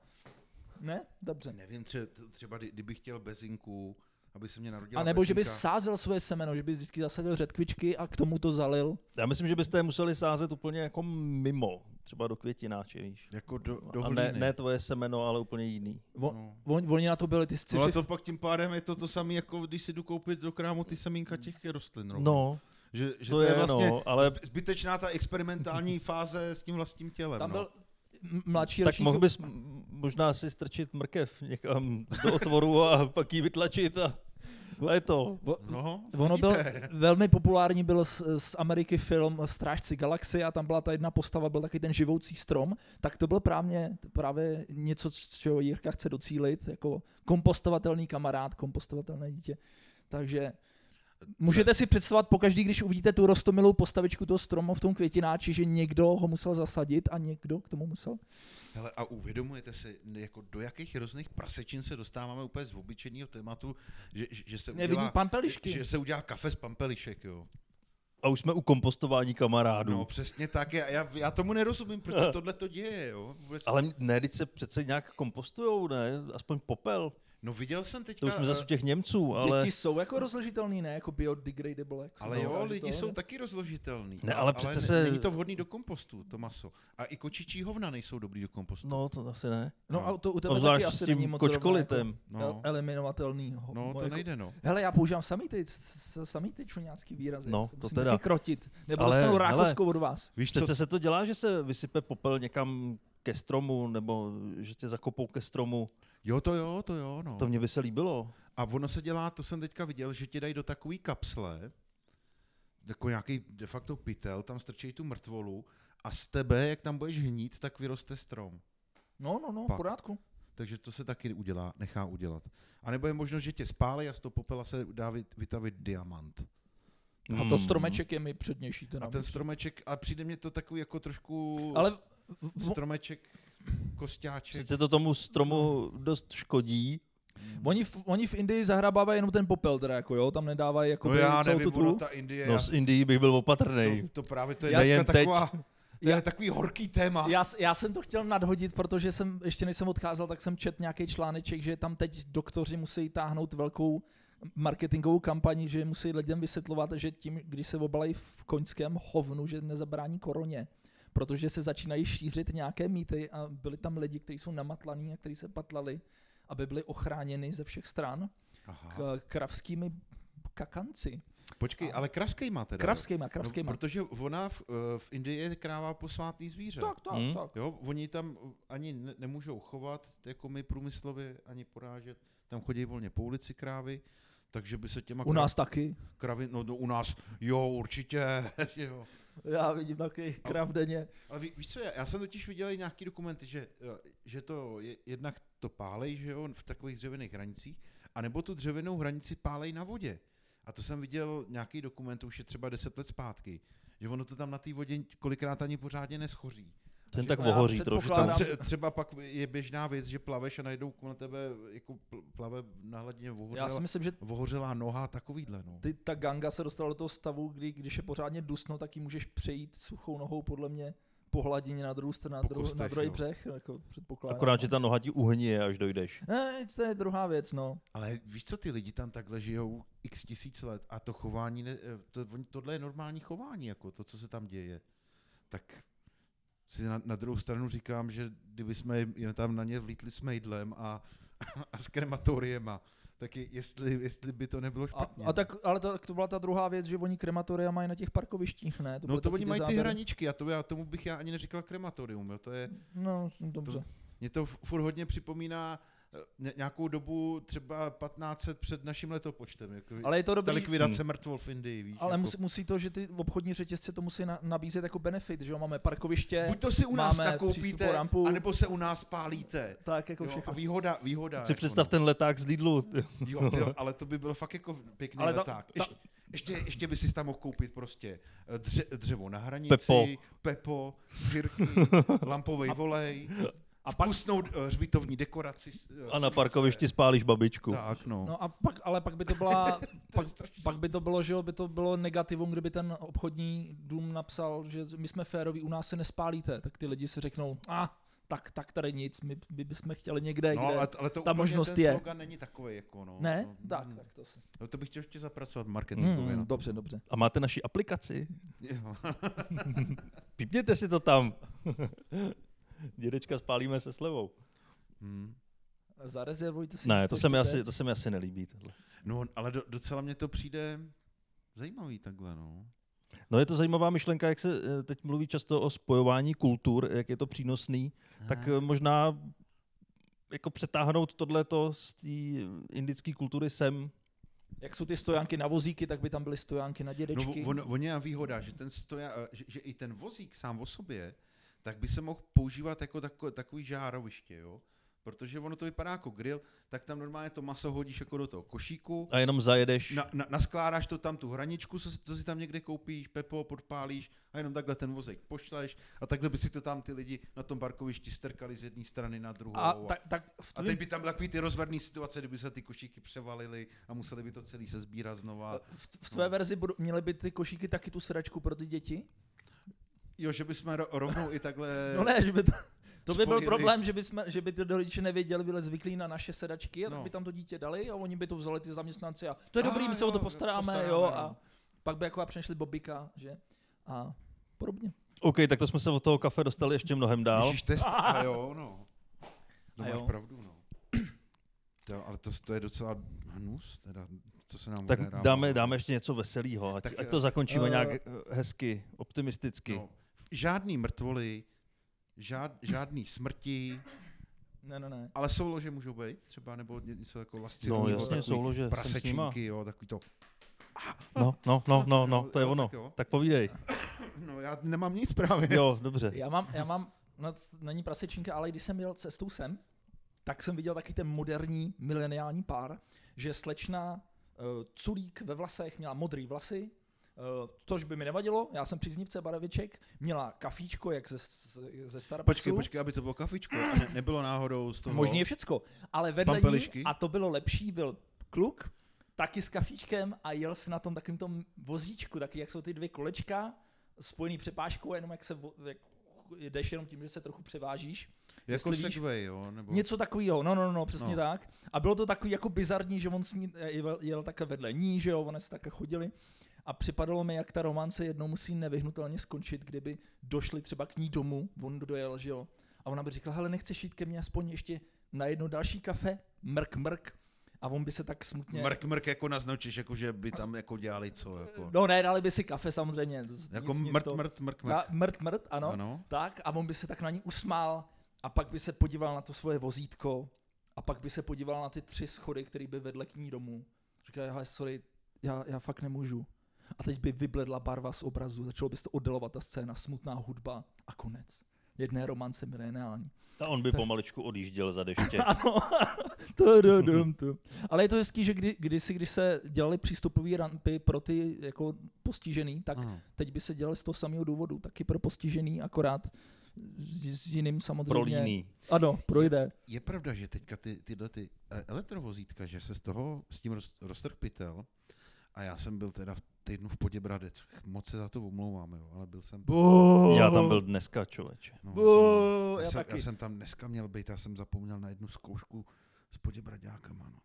Ne? Dobře. Nevím, tře- t- třeba kdy- kdybych chtěl bezinku, aby se mě narodila A nebo že bys bezinka. sázel svoje semeno, že bys vždycky zasadil řetkvičky a k tomu to zalil. Já myslím, že byste je museli sázet úplně jako mimo, třeba do květináče, víš. Jako do, do A ne, hlíny. ne tvoje semeno, ale úplně jiný. O, No. no. on, oni na to byli ty sci No ale to pak tím pádem je to to samé, jako když si jdu koupit do krámu ty semínka těch rostlin. rovnou. No, že, že to, je, vlastně no, ale zb- zbytečná ta (laughs) experimentální fáze s tím vlastním tělem. Tam no. byl m- mladší tak ročník- mohl bys (laughs) m- možná si strčit mrkev někam do otvoru a pak ji vytlačit a je to. O- No, Ono byl vidíte. velmi populární byl z, z Ameriky film Strážci galaxie a tam byla ta jedna postava, byl taky ten živoucí strom, tak to byl právě, právě něco, z čeho Jirka chce docílit, jako kompostovatelný kamarád, kompostovatelné dítě. Takže můžete si představovat pokaždý, když uvidíte tu rostomilou postavičku toho stromu v tom květináči, že někdo ho musel zasadit a někdo k tomu musel. Hele, a uvědomujete si, jako do jakých hrozných prasečin se dostáváme úplně z obyčejného tématu, že, že- že se Nevidí udělá, pampelišky. že se udělá kafe z pampelišek, jo. A už jsme u kompostování kamarádů. No, přesně tak. Já, já, já tomu nerozumím, proč (laughs) se tohle to děje, jo. Vůbec. Ale ne, teď se přece nějak kompostujou, ne? Aspoň popel. No viděl jsem teďka... eh, To už jsme zase u těch Němců, Ale... ale... Děti jsou jako rozložitelný, ne? Jako biodegradable. no, Jak se Ale to jo, dokáže lidi to, jsou ne? taky rozložitelný. Ne, A- ale přece ne- se- Není to vhodný do kompostu, to maso. A i kočičí hovna nejsou dobrý do kompostu. No, to asi ne. No a to u tebe taky Obzvlášť asi s není tím moc zrovna, kočkolitem. Jako... No. No. eliminovatelný. ho- no to jako- nejde, no. Hele, já používám samý ty, s- samý ty čuňácký výrazy. No, já se to musím teda. Taky krotit. Nebo Ale- dostanu hele. rákoskou od vás. Víš co, Přece se to dělá, že se vysype popel někam ke stromu, nebo že tě zakopou ke stromu. jo to jo, to jo, no. To mě by se líbilo. A ono se dělá, to jsem teďka viděl, že ti dají do takové kapsle, jako nějaký de facto pytel, tam strčí tu mrtvolu a z tebe, jak tam budeš hnít, tak vyroste strom. No, no, no, v Pak. pořádku. Takže to se taky udělá, nechá udělat. A nebo je možnost, že tě spálí a z toho popela se dá vyt- vytavit diamant. Hmm. A to stromeček je mi přednější. Ten A ten stromeček, a přijde mě to takový jako trošku Ale v, stromeček, kostáček. Sice to tomu stromu dost škodí, oni, v, oni v Indii zahrabávají jenom ten popel, teda jako jo, tam nedávají jako No já nevím, ono tu ta Indie, no já, z Indii bych byl opatrný. to, to právě to je Já- Nejen dneska teď. taková, to Já- je takový horký téma. Já, s- já jsem to chtěl nadhodit, protože jsem, ještě než jsem odcházel, tak jsem čet nějaký článeček, že tam teď doktoři musí táhnout velkou marketingovou kampaň, že musí lidem vysvětlovat, že tím, když se obalají v koňském hovnu, že nezabrání koroně, protože se začínají šířit nějaké mýty a byli tam lidi, kteří jsou namatlaní a kteří se patlali, aby byli ochráněni ze všech stran Aha. k, kravskými kakanci. Počkej, ale kraskejma teda. jo? Kravskýma, kravskýma. No, protože ona v, eh, v Indii je kráva posvátný zvíře. tak, tak, Hm? tak. Jo, oni tam ani ne- nemůžou chovat, jako my průmyslově, ani porážet. Tam chodí volně po ulici krávy, takže by se těma U nás taky. kra- kravy, no, no u nás, jo, určitě, (laughs) jo. Já vidím takových krav denně. Ale ví, víš co, já, já jsem totiž viděl i nějaký dokumenty, že, eh, že to je, jednak to pálej, že jo, v takových dřevěných hranicích, anebo tu dřevěnou hranici pálej na vodě. A to jsem viděl nějaký dokument, to už je třeba 10 let zpátky, že ono to tam na té vodě kolikrát ani pořádně neschoří. Ten tak Já ohoří předpokládám, trošku. Tam Tam- tře- třeba pak je běžná věc, že plaveš a najdou na tebe, jako pl- plave na hladině Já ohořelá, si myslím, že ohořelá noha, takovýhle, no. ty, ta ganga se dostala do toho stavu, kdy když je pořádně dusno, tak ji můžeš přejít suchou nohou podle mě po hladině na druhou stranu, na, Po dru, na kostech, druhý jo. břeh, jako předpokládám. Akorát, že ta noha ti uhnije, až dojdeš. Ne, to je druhá věc, no. Ale víš co, ty lidi tam takhle žijou x tisíc let a to chování, ne, eh, to, oni- tohle je normální chování, jako to, co se tam děje. Tak si na, na druhou stranu říkám, že kdyby jsme jim- jim tam na ně vlítli s mejdlem a, (laughs) a s krematoriema, tak je, jestli, jestli by to nebylo A, špatně. a tak, ale to, to byla ta druhá věc, že oni krematoria mají na těch parkovištích, ne? no byly to taky oni mají ty záběry. hraničky a to já, tomu bych já ani neříkal krematorium, jo, to je, No, dobře. Mě to f- furt hodně připomíná eh, ně- nějakou dobu třeba 1500 před naším letopočtem. Jako, Ale je to ta dobrý, Hmm. likvidace mrtvol v Indii, víš. ale jako. musí, musí to, že ty obchodní řetězce to musí na, nabízet jako benefit, že jo? Máme parkoviště, Buď to si u nás máme přístupovou nakoupíte, rampu. anebo se u nás pálíte. tak jako Jo, a všechno. výhoda, výhoda. Si jako představ ten leták z Lidlu. no. jo, tyjo, ale to by bylo fakt jako pěkný Ale ale ta- leták. ta- Ještě, ještě, ještě by si tam mohl koupit prostě eh, dře, dřevo na hranici, Pepo. pepo (laughs) sirky, lampový volej, A a pak- vkusnou eh, hřbitovní dekoraci. s- eh, A na slunce. parkovišti spálíš babičku. Tak, no. No a pak, ale pak by to byla, (laughs) pak, strašný. pak by to bylo, že jo, by to bylo negativum, kdyby ten obchodní dům napsal, že my jsme féroví, u nás se nespálíte, tak ty lidi si řeknou, a ah, tak, tak tady nic, my by bychom chtěli někde, No, kde. ale, ale to ta úplně možnost ten je. slogan není takový jako no. ne? No, tak, mm. tak to se. No, to bych chtěl ještě zapracovat marketingově. Hmm, Hmm, dobře, dobře. A máte naši aplikaci? jo. (laughs) Pípněte si to tam. (laughs) Dědečka spálíme se slevou. Hmm. Zarezervujte si. Ne, místo to se mi ještě asi, teď. to se mi asi nelíbí. Tohle. no, ale do, docela mě to přijde zajímavý takhle, no. No je to zajímavá myšlenka, jak se eh, teď mluví často o spojování kultur, jak je to přínosný, tak eh, možná jako přetáhnout tohleto z té indické kultury sem Jak jsou ty stojánky na vozíky, tak by tam byly stojánky na No, dědečky. on, on je výhoda, že, ten stoja, eh, že, že i ten vozík sám o sobě, tak by se mohl používat jako tako, takový žároviště, jo? Protože ono to vypadá jako grill, tak tam normálně to maso hodíš jako do toho košíku, A jenom zajedeš. No. na, na, naskládáš to tam tu hraničku, co, si- co si tam někde koupíš, pepo, podpálíš a jenom takhle ten vozík pošleš a takhle by si to tam ty lidi na tom parkovišti strkali z jedné strany na druhou. A tak, tak v a tvým teď by tam byly takový ty rozvadné situace, kdyby se ty košíky převalily a museli by to celý se sbírat znova. V, v tvé verzi budu, měly by ty košíky taky tu sračku pro ty děti? Jo, že bychom ro- rovnou i takhle... No ne, že by to, to by byl Spojili. problém, že by, jsme, že by ty rodiče nevěděli, byli zvyklí na naše sedačky a no. tak No. by tam to dítě dali a oni by to vzali ty zaměstnanci a to je A dobrý, my se jo, o to jo, postaráme, postaráme, jo, no. a pak by jako a přinešli bobika, že? A podobně. OK, tak to jsme se od toho kafe dostali ještě mnohem dál. Ježíš, to je st- (laughs) a jo, no. To A máš jo. pravdu, no. To, ale to, to je docela hnus, teda, co se nám Tak odehrává. dáme, dáme ještě něco veselého, ať, Tak, ať to zakončíme eh, nějak eh, hezky, optimisticky. No, žádný mrtvoly, žád, žádný smrti, Ne, ne, ne. ale soulože můžou být třeba, nebo ně- něco jako vlastně. No, jasně, soulože, jsem s Prasečinky, jo, takový to. No, no, no, no, no, (laughs) Jo, to je jo, ono. tak jo. Tak povídej. No, já nemám nic právě. Jo, dobře. Já mám, já mám no, c- není prasečinka, ale když jsem jel cestou sem, tak jsem viděl taky ten moderní mileniální pár, že slečna uh, culík ve vlasech měla modrý vlasy, uh, což by mi nevadilo, já jsem příznivce bareviček, měla kafíčko jak ze, ze- ze Starbucksu. Počkej, počkej, aby to bylo kafičko. A ne, nebylo náhodou z toho. Možně všecko, ale vedle ní, Pampelišky? a to bylo lepší, byl kluk, taky s kafíčkem a jel se na tom takovým tom vozíčku, taky jak jsou ty dvě kolečka spojený přepážkou, jenom jak se vo- jak jdeš jenom tím, že se trochu převážíš. Jako jestli víš- segway, jo? Nebo... Něco takového, no, no, no, přesně no. No. tak. A bylo to takový jako bizarní, že on s ní eh, jel, jel také vedle ní, že jo, one se také chodili. A připadalo mi, jak ta romance jednou musí nevyhnutelně skončit, kdyby došli třeba k ní domů, on dojel, že jo. A ona by říkala, hele, nechceš jít ke mně aspoň ještě na jedno další kafe? Mrk, mrk. A on by se tak smutně... Mrk, mrk, jako naznačíš, jako že by tam jako dělali co, jako. No ne, dali by si kafe samozřejmě. z- Jako nic, nic mrt, toho. mrt, mrk, Ta, mrk. mrt, mrt, ano. Ano. Tak a on by se tak na ní usmál a pak by se podíval na to svoje vozítko a pak by se podíval na ty tři schody, které by vedle k ní domů. Říkal, hele, sorry, já, já fakt nemůžu. A teď by vybledla barva z obrazu, začalo by se to oddalovat ta scéna, smutná hudba a konec. Jedné romance mileniální. (laughs) A on by pomaličku odjížděl za deště. Ano. Tadadam, tu. Ale je to hezký, že kdy, kdysi, když se dělali přístupové rampy pro ty jako postižený, tak Ano. teď by se dělali z toho samého důvodu, taky pro postižený, akorát s, s jiným samozřejmě. Pro líný. Ano, projde. Je pravda, že teďka ty, tyhle ty e, elektrovozítka, že se z toho s tím roz, roztrh pytel, a já jsem byl teda v týdnu v Poděbradec, moc se za to omlouvám, jo, ale byl jsem... Bo, Já tam byl dneska, člověče. No, no, Bo, já, já, jsem, já taky. jsem tam dneska měl být, já jsem zapomněl na jednu zkoušku s Poděbraďákama, no.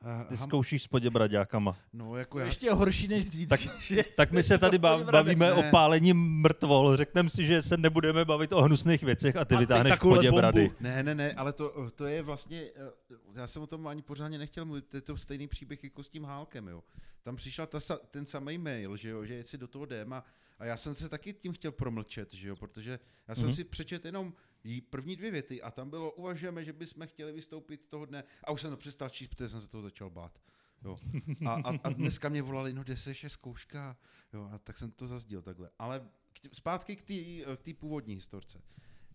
A, Ty ham- zkoušíš s poděbraďákama. no, jako já, Ještě horší než dřív. Tak- že- Tak my se (laughs) tady ba- bavíme ne. o pálení mrtvol. Řekneme si, že se nebudeme bavit o hnusných věcech a ty A teď vytáhneš takovouhle poděbrady. bombu. Ne, ne, ne, ale to, to je vlastně, eh, já jsem o tom ani pořádně nechtěl mluvit, to je to stejný příběh jako s tím Hálkem, jo. Tam přišla ta, sa- ten samý mail, že jo, že jestli do toho jdem a, a já jsem se taky tím chtěl promlčet, že jo, protože já jsem Mhm. mm-hmm. si přečet jenom jí první dvě věty a tam bylo, uvažujeme, že bychom chtěli vystoupit toho dne a už jsem to přestal číst, protože jsem se toho začal bát. Jo. A, a, a dneska mě volali, no kde se ještě zkouška, jo, a tak jsem to zazdil takhle. Ale k tě, zpátky k té k tý původní historce.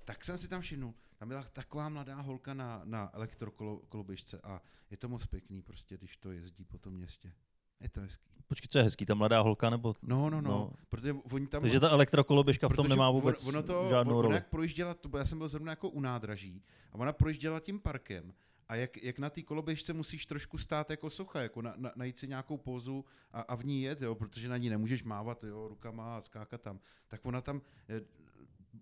Tak jsem si tam všimnul, tam byla taková mladá holka na, na elektrokoloběžce a je to moc pěkný prostě, když to jezdí po tom městě. Je to hezký. Počkej, co je hezký, ta mladá holka nebo... No, no, no, No. no. protože oni tam... Takže ta elektrokoloběžka v tom protože nemá ono- vůbec ono to, žádnou ona roli. jak projížděla, to, bylo- já jsem byl zrovna jako u nádraží a ona projížděla tím parkem a jak, jak na té koloběžce musíš trošku stát jako socha, jako na, na, najít si nějakou pózu a, a v ní jet, jo, protože na ní nemůžeš mávat jo, rukama a skákat tam. Tak ona tam eh,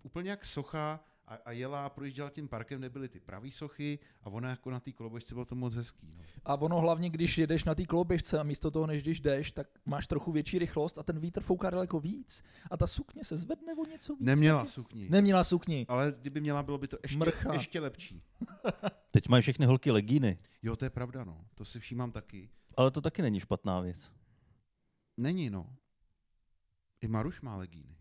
úplně jak socha a, a jela a projížděla tím parkem, nebyly ty pravý sochy a ona jako na té koloběžce bylo to moc hezký. No. A ono hlavně, když jedeš na té koloběžce a místo toho, než když jdeš, tak máš trochu větší rychlost a ten vítr fouká daleko víc a ta sukně se zvedne o něco víc. Neměla taky. sukni, ne. Neměla sukni. ale kdyby měla, bylo by to ještě, Mrcha. ještě lepší. Teď mají všechny holky legíny, Jo, to je pravda, no. to si všímám taky. ale to taky není špatná věc. Není, no. I Maruš má legíny.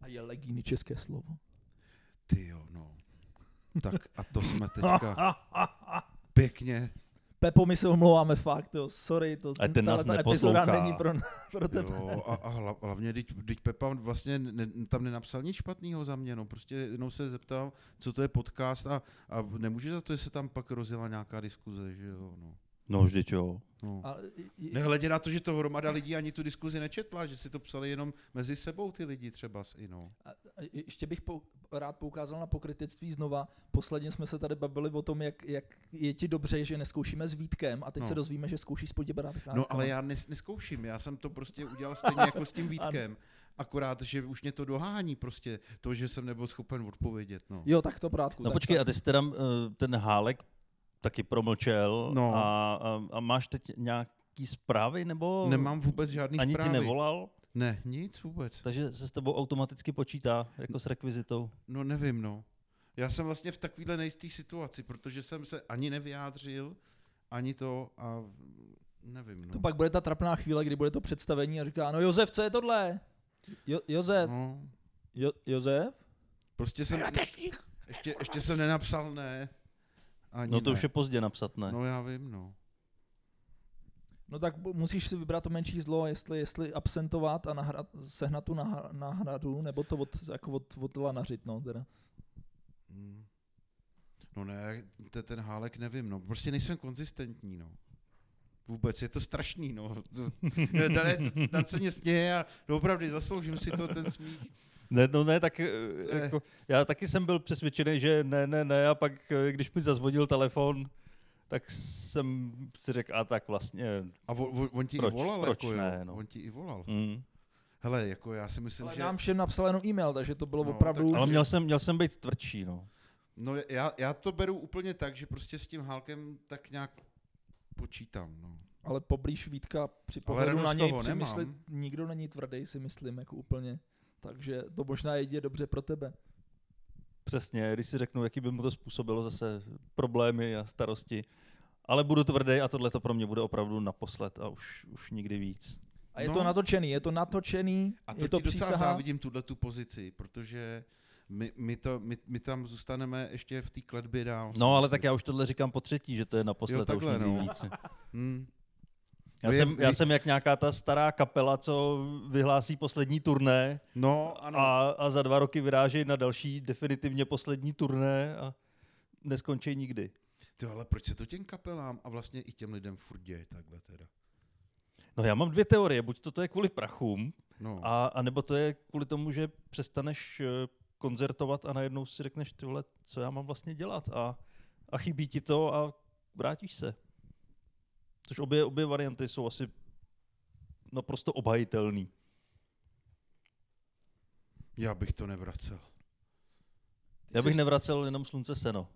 A je legíny české slovo. (laughs) Ty jo, no. Tak a to jsme teďka pěkně (laughs) Pepo, my se omlouváme fakt, jo, sorry, to, Ale ten nás tahle ta neposlouchá. epizoda není pro, pro tebe. Jo, a, a hla- hlavně, teď, teď Pepa vlastně ne, tam nenapsal nic špatného za mě, no. prostě jenom se zeptal, co to je podcast a, a nemůže za to, že se tam pak rozjela nějaká diskuze, že jo, no. No vždyť jo. no. A, i- Nehledě na to, že to hromada lidí ani tu diskuzi nečetla, že si to psali jenom mezi sebou ty lidi třeba i no. A a ještě bych pou, rád poukázal na pokrytectví znova. Posledně jsme se tady bavili o tom, jak, jak je ti dobře, že neskoušíme s Vítkem a teď No. no. se dozvíme, že zkouší s Poděbrádkám. No ale já nes, neskouším, já jsem to prostě udělal stejně jako (laughs) s tím Vítkem, akorát, že už mě to dohání prostě, to, že jsem nebyl schopen odpovědět, no. Jo, tak to prátku. No tak počkej, to. a ty jsi teda eh, ten hálek taky promlčel No. a, a, a máš teď nějaký zprávy nebo Nemám vůbec žádný ani zprávy. ti nevolal, Ne, nic vůbec. takže se s tebou automaticky počítá jako s rekvizitou. No nevím, no. Já jsem vlastně v takovéhle nejisté situaci, protože jsem se ani nevyjádřil, ani to a nevím, no. To pak bude ta trapná chvíle, kdy bude to představení a říká, no Josef, co je tohle? Jo, Josef, no. jo, Josef? Prostě jsem, ještě, ještě jsem nenapsal ne. Ani No to ne. už je pozdě napsat, ne? No já vím, no. No tak bu- musíš si vybrat to menší zlo, jestli, jestli absentovat a nahrad, sehnat tu nah- náhradu, nebo to od, jako od, od lanařit, no teda. Hm. No ne, te, ten hálek nevím, no. Prostě nejsem konzistentní, no. Vůbec, je to strašný, no. Dan se mě směje a opravdu zasloužím si to, ten smích. Ne, no ne, tak eh, Ne. jako, já taky jsem byl přesvědčený, že ne, ne, ne a pak, eh, když mi zazvonil telefon, tak jsem si řekl, a tak vlastně, A vo- vo- on ti Proč? i volal, Proč jako ne, jo. no. On ti i volal. mm. Hele, jako já si myslím, Ale že... nám všem napsal jenom e-mail, takže to bylo No, no, tak- opravdu... ale měl jsem, měl jsem být tvrdší, no. No já, já to beru úplně tak, že prostě s tím hálkem tak nějak počítám, no. Ale poblíž Vítka při Ale pohledu radost na něj toho nemám. přemyslit, nikdo není tvrdý, si myslím, jako úplně. Takže to možná jedině dobře pro tebe. Přesně, když si řeknu, jaký by mu to způsobilo zase problémy a starosti. Ale budu tvrdý a tohle to pro mě bude opravdu naposled a už, už nikdy víc. A je No. to natočený, je to natočený, A to, je to ti docela přísaha. závidím tuhle tu pozici, protože my, my, to, my, my tam zůstaneme ještě v té kletbě dál. No, ale tak já už tohle říkám po třetí, že to je naposled Jo, jo, takhle, a takhle, už nikdy no. (laughs) víc. Hmm. Já Vy- jsem, já vy- jsem jak nějaká ta stará kapela, co vyhlásí poslední turné No, ano. A... a, a za dva roky vyrážejí na další definitivně poslední turné a neskončí nikdy. Ty, ale proč se to těm kapelám a vlastně i těm lidem furt děje takhle teda? No já mám dvě teorie, buď to, to je kvůli prachům, No, a, a... a nebo to je kvůli tomu, že přestaneš eh, koncertovat a najednou si řekneš, ty vole, co já mám vlastně dělat a, a chybí ti to a vrátíš se. Což obě, obě varianty jsou asi naprosto obhajitelný. já bych to nevracel. Já bych jsi- nevracel jenom slunce seno.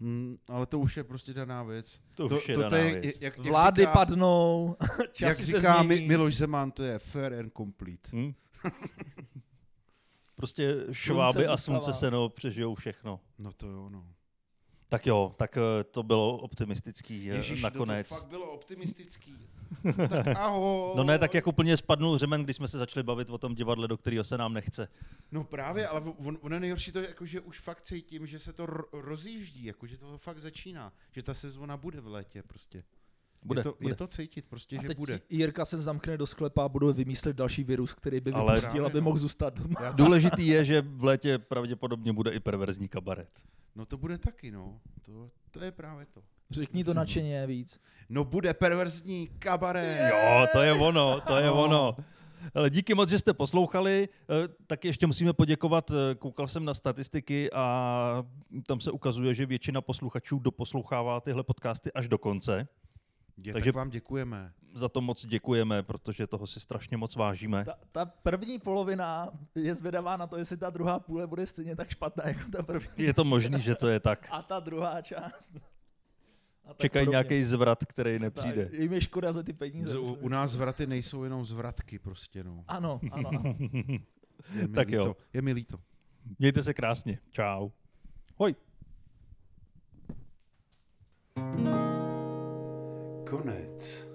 Hmm, ale to už je prostě daná věc. To, to už je to, to daná je, věc. jak- Jak, jak Vlády říká, padnou, jak časy se říká Mi- změní. Miloš Zeman, to je fair and complete. (laughs) Hm? prostě šváby a zůstává. slunce seno přežijou všechno. No to jo, no. Tak jo, tak eh, to bylo optimistický Ježiš, no nakonec. To fakt bylo optimistický. (laughs) tak ahoj. No ne, tak jak úplně spadnul řemen, když jsme se začali bavit o tom divadle, do kterého se nám nechce. No právě, ale on, on je nejhorší to, jako, že už fakt cítím, že se to ro- rozjíždí, jako, že to fakt začíná, že ta sezóna bude v létě prostě. Bude, je, to, bude. je to cítit prostě, (laughs) A že teď bude. si Jirka se zamkne do sklepa a budou vymýšlet další virus, který by Ale- vypustil, Právě, aby no. mohl zůstat doma. (laughs) Já, Důležitý je, že v létě pravděpodobně bude i perverzní kabaret. no to bude taky, no. To, to je právě to. Řekni to nadšeně víc. No bude perverzní kabaret. Jo, to je ono, to je ono. Ale díky moc, že jste poslouchali. Eh, Tak ještě musíme poděkovat. eh, Koukal jsem na statistiky a tam se ukazuje, že většina posluchačů doposlouchává tyhle podcasty až do konce. Je, Takže- Takže tak vám děkujeme. Za to moc děkujeme, protože toho si strašně moc vážíme. Ta, ta první polovina je zvědavá na to, jestli ta druhá půle bude stejně tak špatná jako ta první. Je to možný, že to je tak. A ta druhá část. A tak Čekají podobně. nějaký zvrat, který nepřijde. Tak, jim je škoda za ty peníze. U, myslím. u nás zvraty nejsou jenom zvratky prostě, no. Ano, ano, ano. Je mi Tak líto. jo. Je mi líto. Mějte se krásně. Čau. Hoj. Konec.